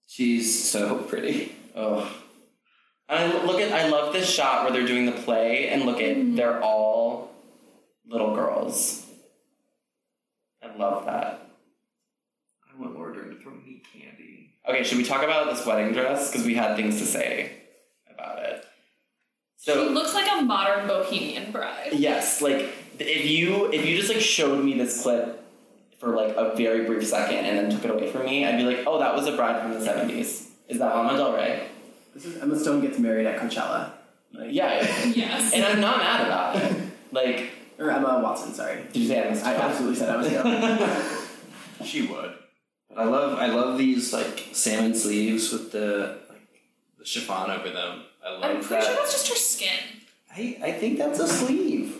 Speaker 4: She's so pretty.
Speaker 1: Oh. And I look at I love this shot where they're doing the play and look at they're all little girls. I love that.
Speaker 4: I want Lord to throw me candy.
Speaker 1: Okay, should we talk about this wedding dress? Because we had things to say about it.
Speaker 3: she
Speaker 1: So
Speaker 3: looks like a modern Bohemian Bride.
Speaker 1: yes, like if you if you just like showed me this clip for like a very brief second and then took it away from me, I'd be like, oh, that was a bride from the seventies. Is that Lana Del Rey?
Speaker 2: This is Emma Stone gets married at Coachella. Like,
Speaker 1: Yeah,
Speaker 3: Yes.
Speaker 1: and I'm not mad about it. Like,
Speaker 2: Or Emma Watson, sorry.
Speaker 1: did you say I missed?
Speaker 2: I absolutely said I was young.
Speaker 5: She would.
Speaker 4: But I love I love these like salmon sleeves with the like the chiffon over them. I love
Speaker 3: I'm pretty
Speaker 4: that.
Speaker 3: sure that's just her skin.
Speaker 4: I, I think that's a sleeve.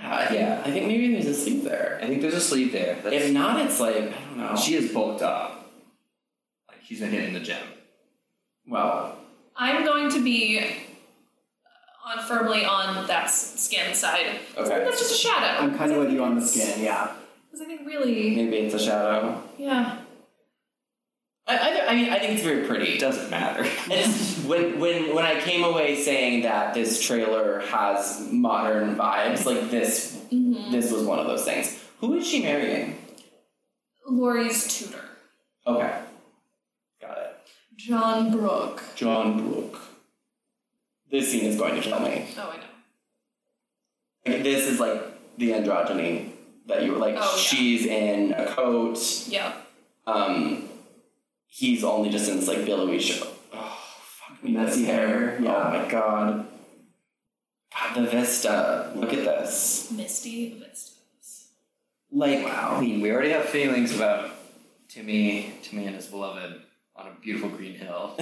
Speaker 1: Yeah. Yeah, yeah. I think maybe there's a sleep there.
Speaker 5: I think there's a sleep there. That's,
Speaker 1: If not, it's like I don't know.
Speaker 5: she is bulked up. Like she's been hitting the gym.
Speaker 1: well,
Speaker 3: I'm going to be uh, on firmly on that s- skin side. I think
Speaker 1: Okay.
Speaker 3: that's just a shadow.
Speaker 2: I'm kind of
Speaker 3: Because I
Speaker 2: with you
Speaker 3: think
Speaker 2: on the
Speaker 3: it's-
Speaker 2: skin, yeah.
Speaker 3: Because I think really,
Speaker 1: maybe it's a shadow.
Speaker 3: yeah.
Speaker 1: I, I, I mean, I think it's very pretty.
Speaker 5: It doesn't matter.
Speaker 1: It's, when when when I came away saying that this trailer has modern vibes, like this
Speaker 3: Mhm.
Speaker 1: this was one of those things. Who is she marrying?
Speaker 3: Lori's tutor,
Speaker 1: Okay, got it.
Speaker 3: John Brooke.
Speaker 1: John Brooke. This scene is going to kill me.
Speaker 3: Oh, I know.
Speaker 1: Like, this is like the androgyny that you were like.
Speaker 3: Oh, yeah.
Speaker 1: She's in a coat.
Speaker 3: Yeah.
Speaker 1: Um, he's only just in this like billowy show. Oh, fuck me,
Speaker 2: Messy
Speaker 1: this hair.
Speaker 2: hair, yeah.
Speaker 1: Oh my god. God, the vista. Look at this.
Speaker 3: Misty Vistas.
Speaker 1: Like
Speaker 4: I mean, we already have feelings about Timmy, Timmy and his beloved on a beautiful green hill.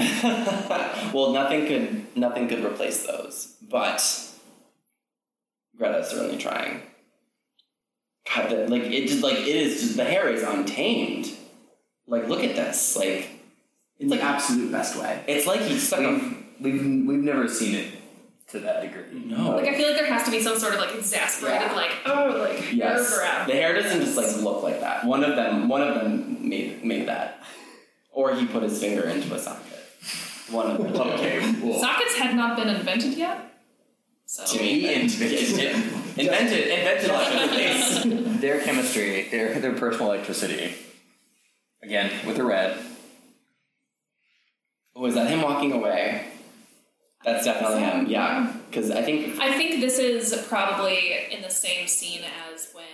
Speaker 1: well, nothing could nothing could replace those. But Greta's certainly trying. God, that like it just like it is just the hair is untamed. Like look at this. Like
Speaker 2: In the absolute best way.
Speaker 1: it's like he stuck a
Speaker 4: We've we've never seen it to that degree.
Speaker 1: no.
Speaker 2: Oh.
Speaker 3: Like I feel like there has to be some sort of like exasperated,
Speaker 1: Yeah.
Speaker 3: like oh, like
Speaker 1: Yes,
Speaker 3: hair grab.
Speaker 1: the hair doesn't just like look like that. One of them, one of them made made that, or he put his finger into a socket. One of them.
Speaker 4: Okay, well,
Speaker 3: Sockets had not been invented yet, so
Speaker 1: Jimmy invented, invented, invented electricity.
Speaker 4: their chemistry, their their personal electricity. Again, with the red.
Speaker 1: Oh, is that him walking away? That's definitely him. Yeah, because I think
Speaker 3: I think this is probably in the same scene as when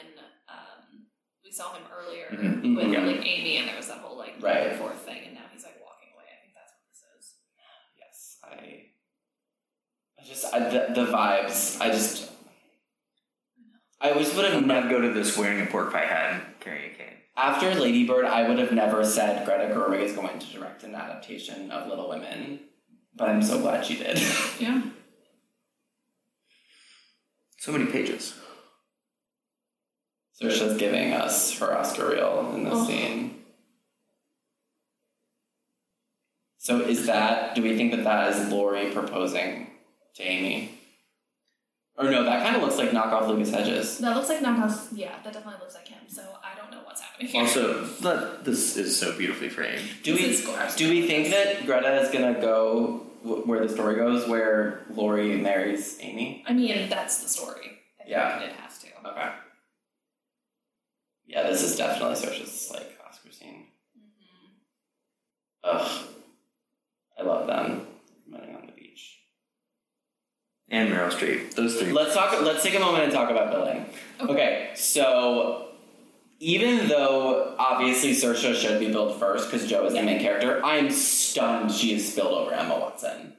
Speaker 3: um, we saw him earlier
Speaker 4: Mhm.
Speaker 3: with
Speaker 1: Mhm.
Speaker 3: like Amy, and there was that whole like back
Speaker 1: Right.
Speaker 3: and forth thing, and now he's like walking away. I think that's what this is.
Speaker 1: yes, I. I just I, the, the vibes. I just. I just would have never.
Speaker 4: I'd go to this wearing a pork pie hat and carrying a cane.
Speaker 1: After Ladybird, I would have never said Greta Gerwig is going to direct an adaptation of Little Women, but I'm so glad she did.
Speaker 3: Yeah.
Speaker 4: So many pages.
Speaker 1: So she's giving us her Oscar reel in this
Speaker 3: Oh.
Speaker 1: scene. So is that? Do we think that that is Lori proposing to Amy? Or no, that kind of looks like knockoff Lucas Hedges.
Speaker 3: That looks like knockoff. Yeah, that definitely looks like him. So I don't know what's happening. here.
Speaker 4: Also, but this is so beautifully framed.
Speaker 1: Do
Speaker 3: This
Speaker 1: we
Speaker 3: is gorgeous.
Speaker 1: do we think that Greta is gonna go w- where the story goes, where Lori marries Amy?
Speaker 3: I mean, that's the story. I think
Speaker 1: Yeah.
Speaker 3: it has to.
Speaker 1: Okay. Yeah, this is definitely Saoirse's like Oscar scene. Ugh, I love them. Running on the beach.
Speaker 4: And Meryl Streep. Those three.
Speaker 1: Let's talk. Let's take a moment and talk about billing.
Speaker 3: Okay.
Speaker 1: Okay, so even though obviously Saoirse should be billed first because Joe is the main character, I'm stunned she is spilled over Emma Watson.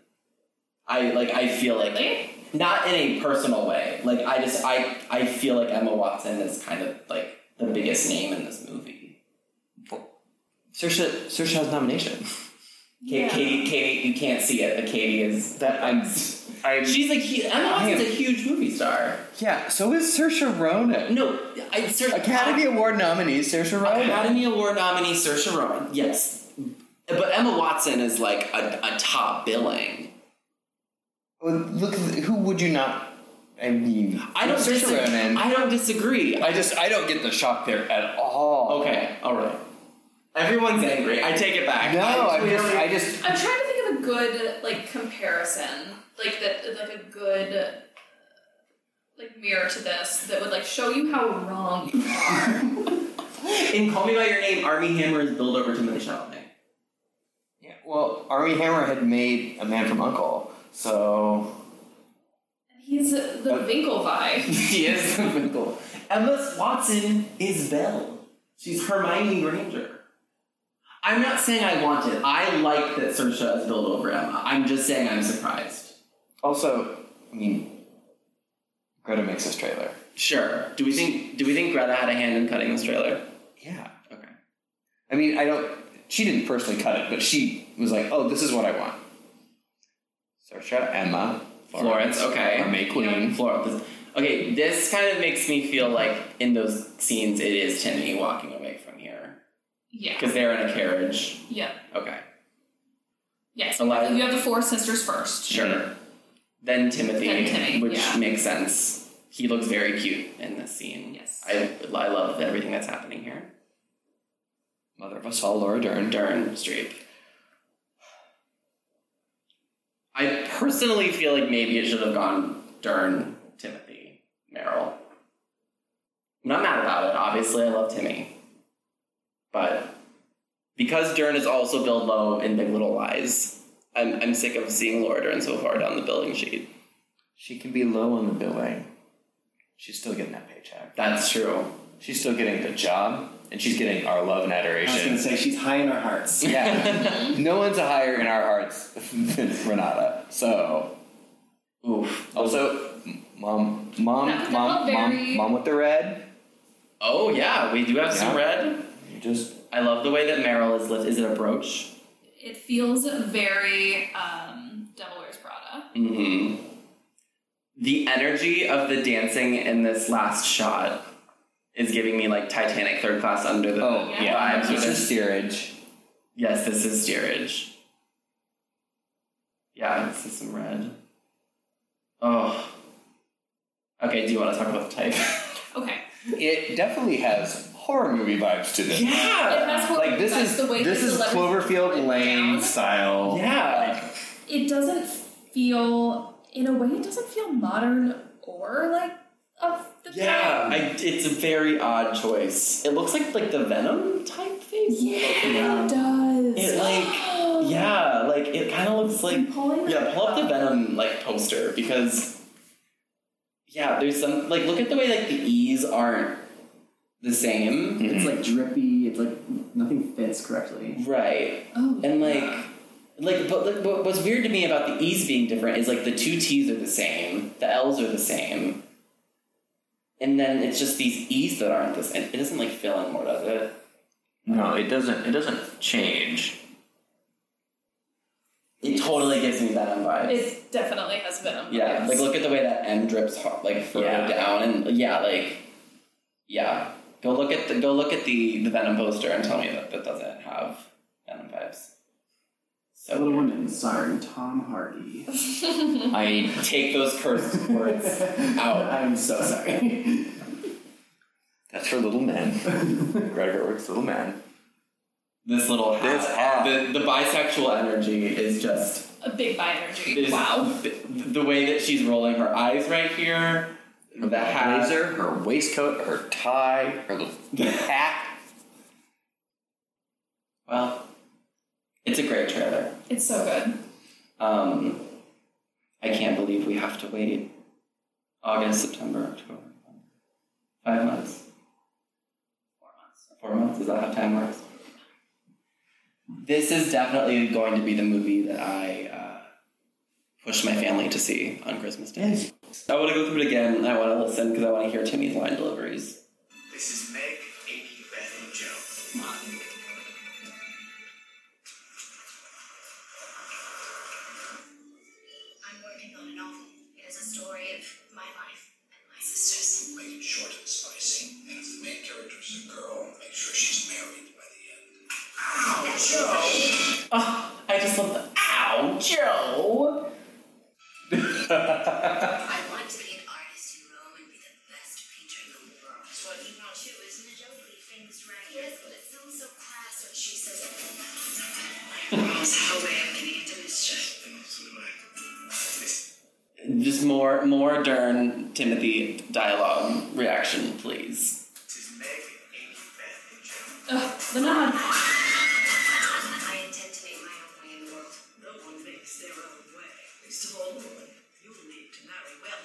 Speaker 1: I like. I feel like
Speaker 3: Really?
Speaker 1: not in a personal way. Like I just I I feel like Emma Watson is kind of like the biggest name in this movie.
Speaker 4: Saoirse, Saoirse has nomination.
Speaker 1: Ka-
Speaker 3: Yeah.
Speaker 1: Katie, Katie, you can't see it, but Katie is
Speaker 4: That-
Speaker 1: I'm.
Speaker 4: I'm
Speaker 1: She's like he, Emma
Speaker 4: I
Speaker 1: Watson's
Speaker 4: am-
Speaker 1: a huge movie star.
Speaker 4: yeah. So is Saoirse Ronan.
Speaker 1: No, I Saoirse-
Speaker 4: Academy Award nominee Saoirse Ronan.
Speaker 1: Academy Award nominee Saoirse Ronan. Yes, but Emma Watson is like a, a top billing.
Speaker 4: Well, Look, who would you not? I mean,
Speaker 1: I don't
Speaker 4: Saoirse
Speaker 1: disagree.
Speaker 4: Ronan.
Speaker 1: I don't disagree.
Speaker 4: I just I don't get the shock there at all.
Speaker 1: okay, all right. Everyone's angry. I take it back.
Speaker 4: No,
Speaker 1: I
Speaker 4: I just
Speaker 1: clearly-
Speaker 4: I just
Speaker 3: I'm trying to think of a good like comparison, like that, like a good uh, like mirror to this that would like show you how wrong you are.
Speaker 1: in Call Me by Your Name, Army Hammer is billed over Timothy Chalamet.
Speaker 4: yeah, well, Army Hammer had made a man from Uncle, so
Speaker 3: He's the
Speaker 1: Oh.
Speaker 3: Winklevi.
Speaker 1: she is the Winkle. Emma Watson is Belle. She's Hermione Granger. I'm not saying I want it. I like that Saoirse is billed over Emma. I'm just saying I'm surprised.
Speaker 4: also I mean, Greta makes this trailer.
Speaker 1: Sure. Do we think do we think Greta had a hand in cutting this trailer?
Speaker 4: Yeah,
Speaker 1: Okay.
Speaker 4: I mean I don't. She didn't personally cut it, but she was like, "Oh, this is what I want." Saoirse, Emma,
Speaker 1: Florence, okay.
Speaker 4: Our May Queen.
Speaker 1: Florence. Okay, this kind of makes me feel like in those scenes it is Timmy walking away from here.
Speaker 3: Yeah.
Speaker 1: Because they're in a carriage.
Speaker 3: Yeah.
Speaker 1: Okay,
Speaker 3: Yes.
Speaker 1: Eleven.
Speaker 3: You have the four sisters first.
Speaker 1: sure. Then Timothy,
Speaker 3: Then Timmy,
Speaker 1: which
Speaker 3: yeah.
Speaker 1: makes sense. He looks very cute in this scene.
Speaker 3: Yes.
Speaker 1: I, I love everything that's happening here.
Speaker 4: Mother of us all, Laura Dern.
Speaker 1: Dern Streep. I personally feel like maybe it should have gone Dern, Timothy, Meryl. I'm not mad about it. Obviously, I love Timmy. But because Dern is also Bill Lowe in Big Little Lies, I'm, I'm sick of seeing Laura Dern so far down the billing sheet.
Speaker 4: She can be low on the billing. She's still getting that paycheck.
Speaker 1: That's true.
Speaker 4: She's still getting the job, and she's getting our love and
Speaker 2: I was gonna
Speaker 4: adoration.
Speaker 2: say she's high in our hearts.
Speaker 4: Yeah, no one's higher in our hearts than Renata. So
Speaker 1: Oof.
Speaker 4: also, m- mom,
Speaker 3: That
Speaker 4: mom,
Speaker 3: was
Speaker 4: mom,
Speaker 3: very-
Speaker 4: mom, mom with the red.
Speaker 1: Oh, yeah, we do have some
Speaker 4: Yeah.
Speaker 1: red.
Speaker 4: You just
Speaker 1: I love the way that Meryl is lit. Is it a brooch?
Speaker 3: It feels very um, Devil Wears Prada.
Speaker 1: hmm The energy of the dancing in this last shot is giving me like Titanic third class under the
Speaker 4: oh
Speaker 3: Yeah.
Speaker 4: yeah,
Speaker 1: vibes. with
Speaker 4: it's
Speaker 1: this.
Speaker 4: just steerage.
Speaker 1: Yes, this is steerage. Yeah, this is some red. Oh. Okay, do you want to talk about the type?
Speaker 3: Okay.
Speaker 4: It definitely has horror movie vibes to this.
Speaker 3: And
Speaker 1: yeah!
Speaker 3: that's what
Speaker 4: Like this
Speaker 3: that's
Speaker 4: is
Speaker 3: the way
Speaker 4: this
Speaker 3: that
Speaker 4: is
Speaker 3: the letters
Speaker 4: Cloverfield
Speaker 3: went
Speaker 4: Lane
Speaker 3: down.
Speaker 4: style.
Speaker 1: Yeah.
Speaker 3: It doesn't feel, in a way, it doesn't feel modern or like of the time.
Speaker 1: Yeah, I, it's a very odd choice. It looks like like the Venom type face.
Speaker 3: Yeah,
Speaker 2: Yeah.
Speaker 3: it does.
Speaker 1: It, like- Yeah, like it kind of looks like
Speaker 3: I'm pulling
Speaker 1: Yeah, pull up the Venom like poster because yeah, there's some like look at the way like the E's aren't the same.
Speaker 2: It's like drippy. It's like nothing fits correctly.
Speaker 1: Right.
Speaker 3: Oh,
Speaker 1: And like like but like, what- what's weird to me about the E's being different is like the two T's are the same, the L's are the same. And then it's just these E's that aren't the same. It doesn't like fill in more, does it?
Speaker 4: No, it doesn't. It doesn't change.
Speaker 1: It totally gives me Venom vibes.
Speaker 3: it definitely has venom.
Speaker 1: Yeah,
Speaker 3: Yes.
Speaker 1: like look at the way that M drips hard, like further
Speaker 4: Yeah.
Speaker 1: down, and yeah, like yeah. Go look at the go look at the the Venom poster and tell me that that doesn't have Venom vibes.
Speaker 2: Little
Speaker 1: So
Speaker 2: Women, starring Tom Hardy.
Speaker 4: I
Speaker 1: take those cursed words. Ow.
Speaker 2: I'm so sorry.
Speaker 4: that's for little men. Gregor works little men.
Speaker 1: This little hat,
Speaker 4: This hat.
Speaker 1: The, the bisexual energy is just
Speaker 3: a big bi energy.
Speaker 1: there's-
Speaker 3: Wow.
Speaker 1: The, the way that she's rolling her eyes right here, the hat.
Speaker 4: blazer, her waistcoat, her tie, her little hat.
Speaker 1: Well, it's a great trailer.
Speaker 3: It's so good.
Speaker 1: Um, I can't believe we have to wait August, September, October. Five months. Four months. Four months? Is that how time works? This is definitely going to be the movie that I uh, pushed my family to see on Christmas Day. I want to go through it again. I want to listen because I want to hear Timmy's line deliveries.
Speaker 7: This is Meg, Amy, Beth, and Joe.
Speaker 6: I'm working on a novel. It is a story of my life and my sister's.
Speaker 7: Make it short and spicy. And if the main character is a girl, make sure she's married by the end. Ow, Joe!
Speaker 1: Oh, I just love the ow, Joe.
Speaker 6: I want to be an artist in Rome and be the best painter in the world. That's what you want too, isn't it? Joe? Pretty famous, right? Yes, but it sounds so crass when she says it. My girls have a way of getting into mischief.
Speaker 1: Just more, more Dern Timothy dialogue reaction, please.
Speaker 7: This is Meg, Amy, Beth, and Joe.
Speaker 3: Ugh, the nod.
Speaker 6: I intend to make my own way in the world.
Speaker 7: No one makes their own way. Least of all, woman, you will need to marry well.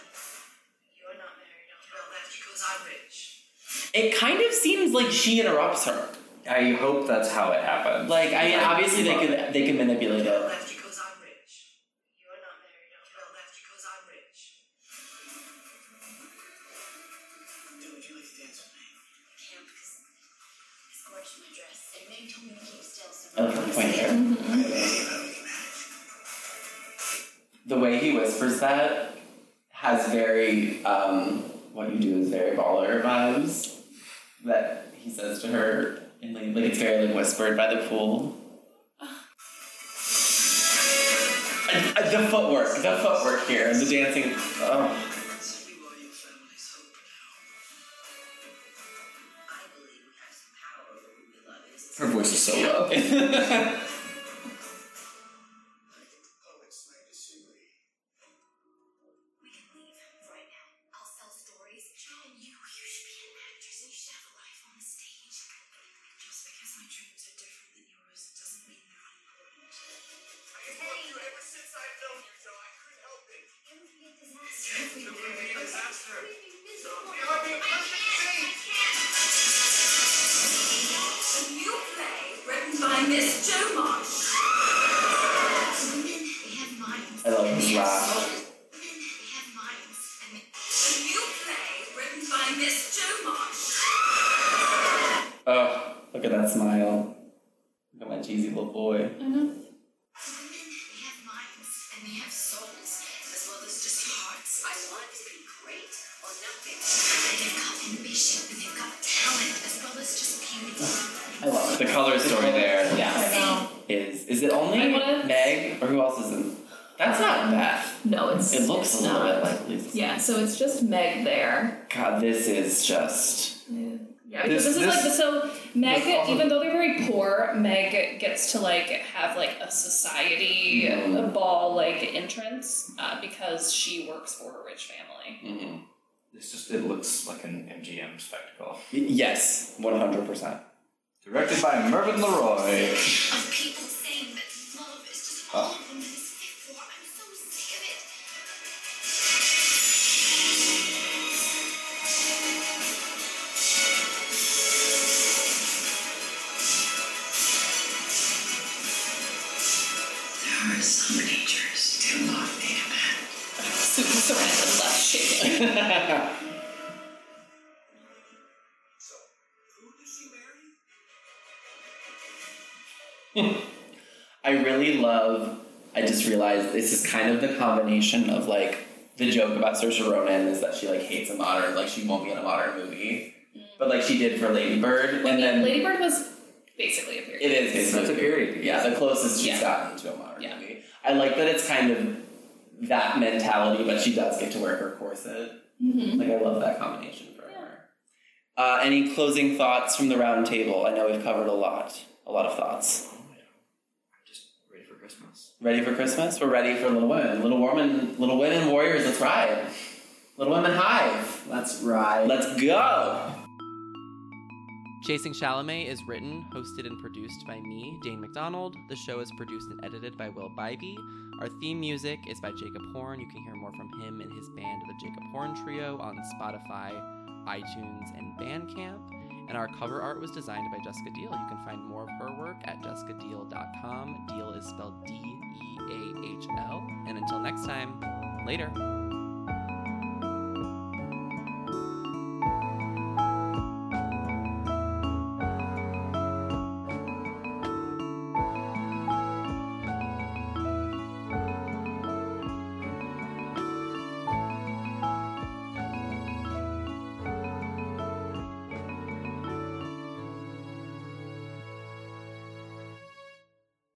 Speaker 6: You're not married, are you? Well, that's because I'm rich.
Speaker 1: It kind of seems like she interrupts her.
Speaker 4: I hope that's how it happens.
Speaker 1: Like I mean, obviously they can they can manipulate
Speaker 7: Well,
Speaker 1: it.
Speaker 7: that's because I'm rich.
Speaker 6: You're not married, are you?
Speaker 7: Well, that's because I'm rich. Now, would you like to dance with me?
Speaker 6: I can't because I scorched my dress. And Meg told me to keep still so
Speaker 1: Oh,
Speaker 6: no one
Speaker 1: her
Speaker 6: can
Speaker 1: point
Speaker 6: see it.
Speaker 1: there. The way he whispers that has very um, what you do is very baller vibes that he says to her and like, like it's very like whispered by the pool. Uh, And- and the footwork, the footwork here, and the dancing. Oh.
Speaker 6: Let's fuel your family's hope now. I believe we have some power over who we love. It's
Speaker 5: Her voice is so low.
Speaker 1: Okay.
Speaker 7: I think the poets might disagree.
Speaker 6: We can leave for right now. I'll sell stories. And you, you should be an actress and you should have a life on the stage. Just because my dreams are different than yours doesn't mean they're unimportant.
Speaker 7: I have loved you ever since I've known you, so I couldn't help it.
Speaker 6: It would be a disaster if we
Speaker 7: It
Speaker 6: did. We'd be miserable.
Speaker 7: would be a disaster. It would be a perfect thing.
Speaker 6: A new play written by Miss Jo Marsh. Women, they have minds.
Speaker 1: I love his laugh.
Speaker 6: Women, they have minds. And a new play written by Miss Jo Marsh.
Speaker 1: Oh, look at that smile. Look at my cheesy little boy.
Speaker 3: I know.
Speaker 6: Women, they have minds and they have souls, as well as just hearts. I want to be great or nothing. They've got ambition and they've got talent, as well as just beauty.
Speaker 1: I love it. The color story there
Speaker 3: I know.
Speaker 1: is is it only
Speaker 3: I wanna-
Speaker 1: Meg or who else is in? That's not Beth.
Speaker 3: No, it's
Speaker 1: It looks
Speaker 3: it's
Speaker 1: a little
Speaker 3: not.
Speaker 1: bit like Lisa.
Speaker 3: Yeah, so it's just Meg there.
Speaker 1: God, this is just
Speaker 3: Yeah, because this,
Speaker 4: This-
Speaker 3: is like the
Speaker 4: this-
Speaker 3: so Meg,
Speaker 4: this also-
Speaker 3: even though they're very poor, Meg gets to like have like a society
Speaker 1: Mhm.
Speaker 3: a ball like entrance uh, because she works for a rich family.
Speaker 1: mhm.
Speaker 5: It's just it looks like an MGM spectacle.
Speaker 1: yes, one hundred percent.
Speaker 5: Directed by Mervyn LeRoy.
Speaker 6: of people saying that love is just all women is fit for. I'm so sick of it. There are some natures too long made of that.
Speaker 3: Super surrounded, left shaking.
Speaker 7: So, who did she marry?
Speaker 1: I really love. I just realized this is kind of the combination of like the joke about Saoirse Ronan is that she like hates a modern, like she won't be in a modern movie, but like she did for Mm. Lady Bird, and then
Speaker 3: Lady Bird was basically a period.
Speaker 1: it is basically
Speaker 4: It's a period piece.
Speaker 1: Yeah, the closest she's
Speaker 3: Yeah.
Speaker 1: gotten to a modern
Speaker 3: Yeah.
Speaker 1: movie. I like that it's kind of that mentality, but she does get to wear her corset.
Speaker 3: Mm-hmm.
Speaker 1: Like I love that combination for
Speaker 3: Yeah.
Speaker 1: her. Uh, any closing thoughts from the round table? I know we've covered a lot, a lot of thoughts.
Speaker 4: Oh, Just ready for Christmas.
Speaker 1: Ready for Christmas? We're ready for Little Women. Little Women, Little Women Warriors, let's ride. Little Women Hive,
Speaker 2: Let's ride.
Speaker 1: let's go. Chasing Chalamet is written, hosted, and produced by me, Dane McDonald. The show is produced and edited by Will Bybee. Our theme music is by Jacob Horn. You can hear more from him and his band, the Jacob Horn Trio, on Spotify, iTunes, and Bandcamp. And our cover art was designed by Jessica Deal. You can find more of her work at jessicadeal.com. Deal is spelled D E A H L. And until next time, later.